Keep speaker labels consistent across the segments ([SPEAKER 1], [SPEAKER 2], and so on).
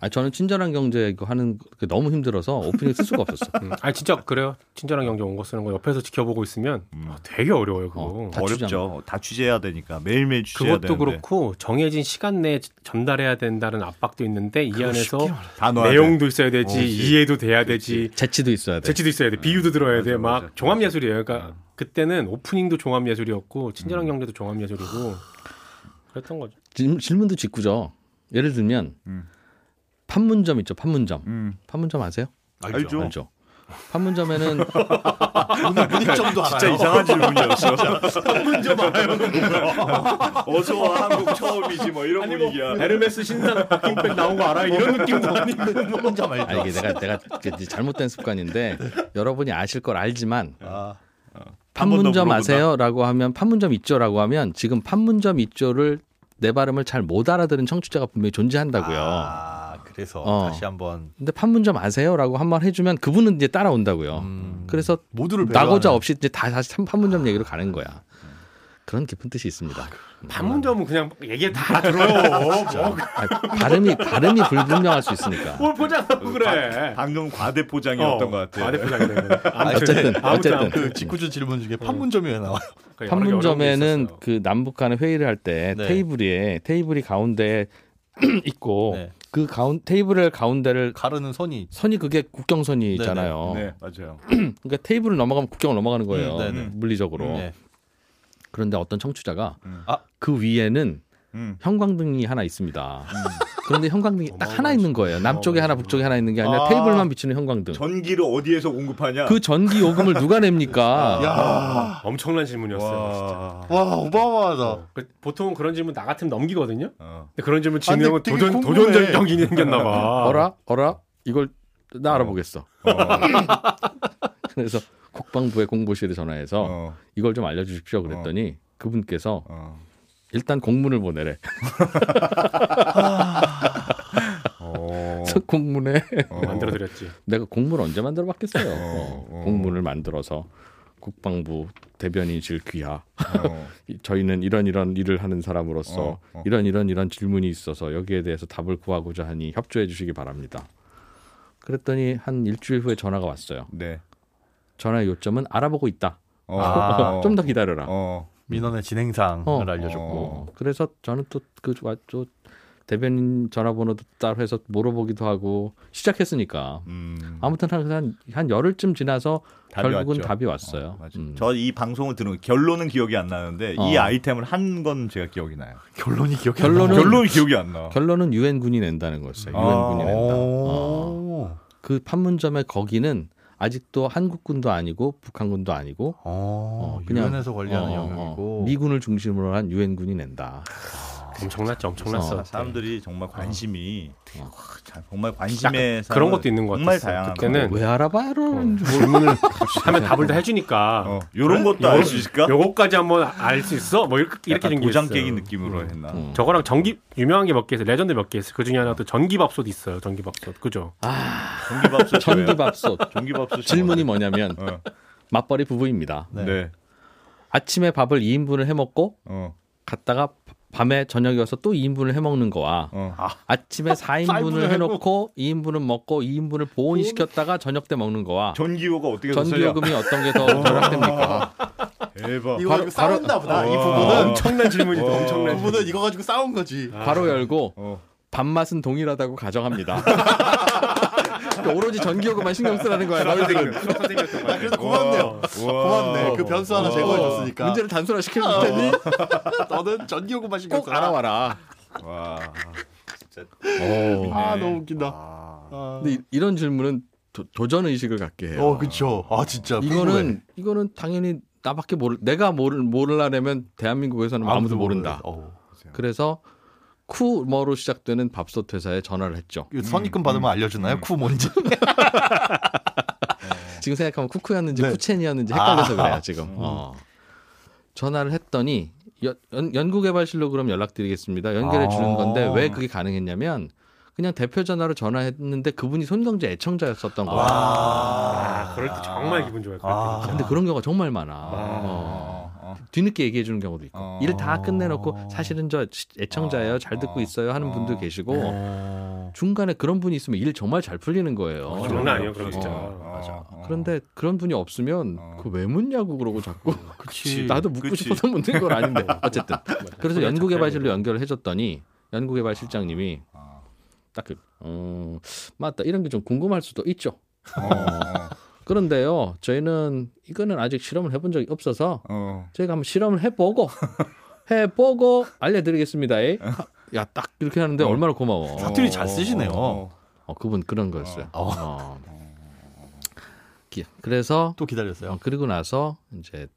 [SPEAKER 1] 아 저는 친절한 경제 이거 하는 그 너무 힘들어서 오프닝 쓸 수가 없었어.
[SPEAKER 2] 음. 아 진짜 그래요. 친절한 경제 원고 쓰는 거 옆에서 지켜보고 있으면 아, 되게 어려워요 그거.
[SPEAKER 1] 어, 다
[SPEAKER 3] 음. 어렵죠. 다 취재해야 되니까 매일매일 취재해야
[SPEAKER 2] 그것도
[SPEAKER 3] 되는데
[SPEAKER 2] 그렇고 정해진 시간 내에 전달해야 된다는 압박도 있는데 이 안에서
[SPEAKER 3] 다 넣어야 돼.
[SPEAKER 2] 내용도 있어야 되지 이해도 돼야 되지
[SPEAKER 1] 재치도 있어야 돼.
[SPEAKER 2] 재치도 있어야 돼 비유도
[SPEAKER 3] 네. 맞아,
[SPEAKER 2] 들어야
[SPEAKER 3] 음.
[SPEAKER 2] 돼
[SPEAKER 3] 맞아.
[SPEAKER 2] 막 종합 예술이에요. 그러니까 그때는 오프닝도 종합 예술이었고 친절한
[SPEAKER 3] 음.
[SPEAKER 2] 경제도 종합 예술이고 그랬던 거죠.
[SPEAKER 1] 질- 질문도 짓궂어. 예를 들면
[SPEAKER 3] 음.
[SPEAKER 1] 판문점 있죠. 판문점.
[SPEAKER 3] 음.
[SPEAKER 1] 판문점 아세요?
[SPEAKER 3] 알죠.
[SPEAKER 1] 알죠. 판문점에는
[SPEAKER 4] 문익점도
[SPEAKER 3] 진짜
[SPEAKER 4] 알아요.
[SPEAKER 3] 이상한 질문이었어. 문좀 알아요. 어서 와 한국 처음이지 뭐 이런 분위기야.
[SPEAKER 2] 에르메스 신상 박킹백 나온 거 알아? 이런 느낌도 아니고
[SPEAKER 4] 문익점 알죠.
[SPEAKER 1] 아 이게 내가 내가 그 이제 잘못된 습관인데 여러분이 아실 걸 알지만
[SPEAKER 4] 아,
[SPEAKER 3] 네. 번더
[SPEAKER 1] 판문점
[SPEAKER 3] 물어본다.
[SPEAKER 1] 아세요라고 하면 판문점 있죠라고 하면 지금 판문점 있죠를 내 발음을 잘 못 알아들은 청취자가 분명히 존재한다고요.
[SPEAKER 4] 아, 그래서
[SPEAKER 1] 어.
[SPEAKER 4] 다시 한번
[SPEAKER 1] 근데 판문점 아세요라고 한 번 해주면 그분은 이제 따라온다고요.
[SPEAKER 3] 음.
[SPEAKER 1] 그래서
[SPEAKER 4] 모두를
[SPEAKER 1] 나고자
[SPEAKER 4] 배려하는-
[SPEAKER 1] 없이 이제 다 다시 참 판문점 얘기로 가는 거야. 그런 깊은 뜻이 있습니다.
[SPEAKER 4] 아,
[SPEAKER 3] 음.
[SPEAKER 2] 반문점은 그냥 얘기 다 들어요. 뭐
[SPEAKER 1] 아, 발음이 발음이 불분명할 수 있으니까.
[SPEAKER 2] 뭘
[SPEAKER 3] 음,
[SPEAKER 2] 포장하고 그래.
[SPEAKER 3] 방금 과대
[SPEAKER 2] 어,
[SPEAKER 3] 포장이었던 것 같아.
[SPEAKER 2] 대표장이
[SPEAKER 1] 어쨌든 어쨌든
[SPEAKER 4] 그 직구준 질문 중에 판문점이 왜 나와요?
[SPEAKER 1] 판문점에는 그 남북 간의 회의를 할 때
[SPEAKER 4] 네.
[SPEAKER 1] 테이블이 테이블이 가운데 있고
[SPEAKER 4] 네.
[SPEAKER 1] 그 가운 테이블을 가운데를
[SPEAKER 4] 가르는 선이
[SPEAKER 1] 선이 그게 국경선이잖아요.
[SPEAKER 3] 네 맞아요.
[SPEAKER 1] 그러니까 테이블을 넘어가면 국경을 넘어가는 거예요.
[SPEAKER 4] 음, 네네.
[SPEAKER 1] 물리적으로.
[SPEAKER 4] 네.
[SPEAKER 1] 그런데 어떤 청취자가
[SPEAKER 3] 음.
[SPEAKER 4] 아.
[SPEAKER 1] 그 위에는
[SPEAKER 3] 음.
[SPEAKER 1] 형광등이 하나 있습니다. 그런데 형광등이 딱 하나 있는 거예요. 남쪽에
[SPEAKER 2] 어마어마하지.
[SPEAKER 1] 하나 북쪽에 하나 있는 게 아니라
[SPEAKER 3] 아.
[SPEAKER 1] 테이블만 비추는 형광등.
[SPEAKER 3] 전기를 어디에서 공급하냐?
[SPEAKER 1] 그 전기 요금을 누가 냅니까?
[SPEAKER 4] 야,
[SPEAKER 2] 엄청난 질문이었어요. 진짜.
[SPEAKER 3] 아. 와.
[SPEAKER 4] 와 어마어마하다.
[SPEAKER 2] 어, 그- 보통 그런 질문 나 같으면 넘기거든요.
[SPEAKER 3] 어.
[SPEAKER 2] 근데 그런 질문
[SPEAKER 4] 아, 근데
[SPEAKER 2] 진우형은
[SPEAKER 4] 되게
[SPEAKER 2] 도전
[SPEAKER 4] 궁금해.
[SPEAKER 2] 도전적 정신이 생겼나 봐.
[SPEAKER 1] 어라 어라 이걸 나 알아보겠어.
[SPEAKER 3] 어.
[SPEAKER 1] 그래서 국방부의 공보실에 전화해서
[SPEAKER 3] 어.
[SPEAKER 1] 이걸 좀 알려주십시오. 그랬더니 그분께서
[SPEAKER 3] 어.
[SPEAKER 1] 일단 공문을 보내래.
[SPEAKER 3] 어.
[SPEAKER 1] 그래서 공문에
[SPEAKER 3] 어.
[SPEAKER 2] 만들어 드렸지.
[SPEAKER 1] 내가 공문을 언제 만들어 봤겠어요.
[SPEAKER 3] 어,
[SPEAKER 1] 어,
[SPEAKER 3] 어.
[SPEAKER 1] 공문을 만들어서 국방부 대변인실 귀하.
[SPEAKER 3] 어.
[SPEAKER 1] 이- 저희는 이런 이런 일을 하는 사람으로서
[SPEAKER 3] 어, 어.
[SPEAKER 1] 이런 이런 이런 질문이 있어서 여기에 대해서 답을 구하고자 하니 협조해 주시기 바랍니다. 그랬더니 한 일주일 후에 전화가 왔어요.
[SPEAKER 3] 네.
[SPEAKER 1] 전화의 요점은 알아보고 있다.
[SPEAKER 3] 어.
[SPEAKER 4] 아,
[SPEAKER 1] 좀 더 기다려라.
[SPEAKER 3] 어.
[SPEAKER 4] 민원의 진행상을
[SPEAKER 1] 어.
[SPEAKER 4] 알려줬고
[SPEAKER 1] 어, 그래서 저는 또그저 대변인 전화번호도 따로 해서 물어보기도 하고 시작했으니까
[SPEAKER 3] 음.
[SPEAKER 1] 아무튼 한한 한 열흘쯤 지나서
[SPEAKER 3] 답이
[SPEAKER 1] 결국은
[SPEAKER 3] 왔죠.
[SPEAKER 1] 답이 왔어요.
[SPEAKER 3] 맞아요.
[SPEAKER 1] 음.
[SPEAKER 3] 저 이 방송을 들은 결론은 기억이 안 나는데 이
[SPEAKER 1] 어.
[SPEAKER 3] 아이템을 한 건 제가 기억이 나요.
[SPEAKER 4] 결론이 기억이
[SPEAKER 1] 결론은-
[SPEAKER 4] 안
[SPEAKER 3] 결론이 기억이 안 나.
[SPEAKER 1] 결론은 유엔 군이 낸다는 거였어요.
[SPEAKER 3] 아.
[SPEAKER 1] 유엔 군이
[SPEAKER 4] 나요.
[SPEAKER 1] 낸다. 어.
[SPEAKER 4] 오.
[SPEAKER 1] 그 판문점의 거기는 아직도 한국군도 아니고 북한군도 아니고
[SPEAKER 4] 어,
[SPEAKER 1] 어, 그냥-
[SPEAKER 4] 유엔에서 관리하는
[SPEAKER 1] 어, 어,
[SPEAKER 4] 영역이고
[SPEAKER 1] 미군을 중심으로 한 유엔 군이 낸다.
[SPEAKER 2] 엄청났죠. 엄청났어.
[SPEAKER 1] 어,
[SPEAKER 3] 사람들이 정말 관심이 되게
[SPEAKER 1] 어.
[SPEAKER 3] 확 잘- 정말 관심에
[SPEAKER 2] 그런 것도 있는 것
[SPEAKER 3] 정말
[SPEAKER 2] 같았어요.
[SPEAKER 3] 다양한
[SPEAKER 2] 그때는
[SPEAKER 1] 왜 알아봐요?
[SPEAKER 2] 질문을 어. 하면 답을 다 해주니까.
[SPEAKER 3] 음, 어, 요런 것도 알 수 있을까?
[SPEAKER 2] 요거까지 한번 알 수 있어? 뭐 이렇게 이렇게
[SPEAKER 3] 약간
[SPEAKER 2] 된게
[SPEAKER 3] 도장
[SPEAKER 2] 있어요.
[SPEAKER 3] 깨기 느낌으로 했나?
[SPEAKER 1] 음.
[SPEAKER 2] 저거랑 전기 유명한 게 몇 개 있어. 레전드 몇 개 있어. 그 중에 하나 또 전기밥솥 있어요. 전기밥솥. 그죠?
[SPEAKER 3] 아. 전기밥솥
[SPEAKER 1] 전기밥솥
[SPEAKER 3] 전기밥솥
[SPEAKER 1] 질문이 뭐냐면
[SPEAKER 3] 어.
[SPEAKER 1] 맞벌이 부부입니다.
[SPEAKER 3] 네.
[SPEAKER 4] 네.
[SPEAKER 1] 아침에 밥을 2인분을 해 먹고
[SPEAKER 3] 어.
[SPEAKER 1] 갔다가 밤에 저녁에 와서 또 2인분을 해 먹는 거와
[SPEAKER 3] 어.
[SPEAKER 1] 아침에 4인분을
[SPEAKER 4] 사인분을
[SPEAKER 1] 해 놓고 2인분은 먹고 2인분을 보온시켰다가 저녁 때 먹는 거와
[SPEAKER 3] 전기요가 어떻게 더 세냐?
[SPEAKER 1] 전기요금이 어떤 게 더 절약됩니까?
[SPEAKER 3] 대박.
[SPEAKER 1] 바로- 어.
[SPEAKER 4] 이거 가지고 싸운다 보다 이
[SPEAKER 3] 와.
[SPEAKER 4] 부분은
[SPEAKER 2] 엄청난 질문이다.
[SPEAKER 3] 어.
[SPEAKER 4] 이
[SPEAKER 2] 엄청난.
[SPEAKER 4] 부분은 이거 가지고 싸운 거지
[SPEAKER 1] 바로 열고
[SPEAKER 3] 어.
[SPEAKER 1] 밥맛은 동일하다고 가정합니다. 그러니까 오로지 전기요금만 신경 쓰라는 거야. 나는
[SPEAKER 4] 아, 그래서 고맙네요
[SPEAKER 3] 우와.
[SPEAKER 4] 고맙네 그 변수 하나 제거해줬으니까
[SPEAKER 1] 어. 문제를 단순화시켜줄 테니
[SPEAKER 4] 너는 전기요금만 신경
[SPEAKER 1] 꼭
[SPEAKER 4] 써라
[SPEAKER 1] 알아와라.
[SPEAKER 3] 와. 진짜.
[SPEAKER 4] 아
[SPEAKER 1] 네.
[SPEAKER 4] 너무
[SPEAKER 1] 그
[SPEAKER 4] 웃긴다
[SPEAKER 3] 아.
[SPEAKER 4] 아.
[SPEAKER 1] 어. 근데 이- 이런 질문은 도, 전 의식을 갖게 해요.
[SPEAKER 4] 어 그쵸 아 진짜 궁금해.
[SPEAKER 1] 이거는 이거는 당연히 나밖에 모를 내가 모를 모르려면 대한민국에서는 아무도, 모른다.
[SPEAKER 4] 모르겠다. 어.
[SPEAKER 1] 그래서 쿠머로 시작되는 밥솥 회사에 전화를 했죠.
[SPEAKER 4] 이거 그 선입금
[SPEAKER 1] 음,
[SPEAKER 4] 받으면 알려주나요 쿠 뭔지
[SPEAKER 1] 지금 생각하면 쿠쿠였는지
[SPEAKER 4] 네. 음.
[SPEAKER 1] 쿠첸이었는지 헷갈려서 그래요 지금. 어. 전화를 했더니 여- 연, 연구개발실로 그럼 연락드리겠습니다. 연결해 주는 건데
[SPEAKER 4] 아.
[SPEAKER 1] 왜 그게 가능했냐면 그냥 대표 전화로 전화했는데 그분이 손경제 애청자였었던 거예요.
[SPEAKER 2] 아, 그럴 때 정말 기분 좋을 것 같아.
[SPEAKER 4] 아.
[SPEAKER 2] 진짜.
[SPEAKER 1] 근데 그런 경우가 정말 많아. 어.
[SPEAKER 3] 어.
[SPEAKER 1] 뒤늦게 얘기해 주는 경우도 있고
[SPEAKER 4] 아.
[SPEAKER 3] 어.
[SPEAKER 4] 아.
[SPEAKER 1] 일 다 끝내놓고 사실은 저 애청자예요 잘 듣고 있어요 하는 분도 계시고
[SPEAKER 4] 어.
[SPEAKER 1] 중간에 그런 분이 있으면 일 정말 잘 풀리는 거예요.
[SPEAKER 2] 어,
[SPEAKER 4] 그렇죠.
[SPEAKER 2] 장난 아니에요, 그럼 진짜.
[SPEAKER 1] 어.
[SPEAKER 4] 맞아. 어.
[SPEAKER 1] 그런데 그런 분이 없으면
[SPEAKER 4] 어.
[SPEAKER 1] 그거 왜 묻냐고 그러고 자꾸
[SPEAKER 3] 그치.
[SPEAKER 1] 나도 묻고
[SPEAKER 3] 그치.
[SPEAKER 1] 싶어서 묻는 건 아닌데 어쨌든 그래서 연구개발실로 연결을 해줬더니 연구개발실장님이
[SPEAKER 4] 아.
[SPEAKER 1] 딱 그, 어, 맞다 이런 게 좀 궁금할 수도 있죠.
[SPEAKER 4] 어.
[SPEAKER 1] 그런데요, 저희는 이거는 아직 실험을 해본 적이 없어서
[SPEAKER 4] 어.
[SPEAKER 1] 저희가 한번 실험을 해보고 해보고 알려드리겠습니다. 야 딱 이렇게 하는데
[SPEAKER 4] 어.
[SPEAKER 1] 얼마나 고마워.
[SPEAKER 4] 사투리 잘 쓰시네요.
[SPEAKER 3] 어.
[SPEAKER 1] 어, 그분 그런 거였어요.
[SPEAKER 4] 어.
[SPEAKER 1] 어. 기- 그래서
[SPEAKER 4] 또
[SPEAKER 1] 어,
[SPEAKER 4] 기다렸어요.
[SPEAKER 1] 그리고 나서 이제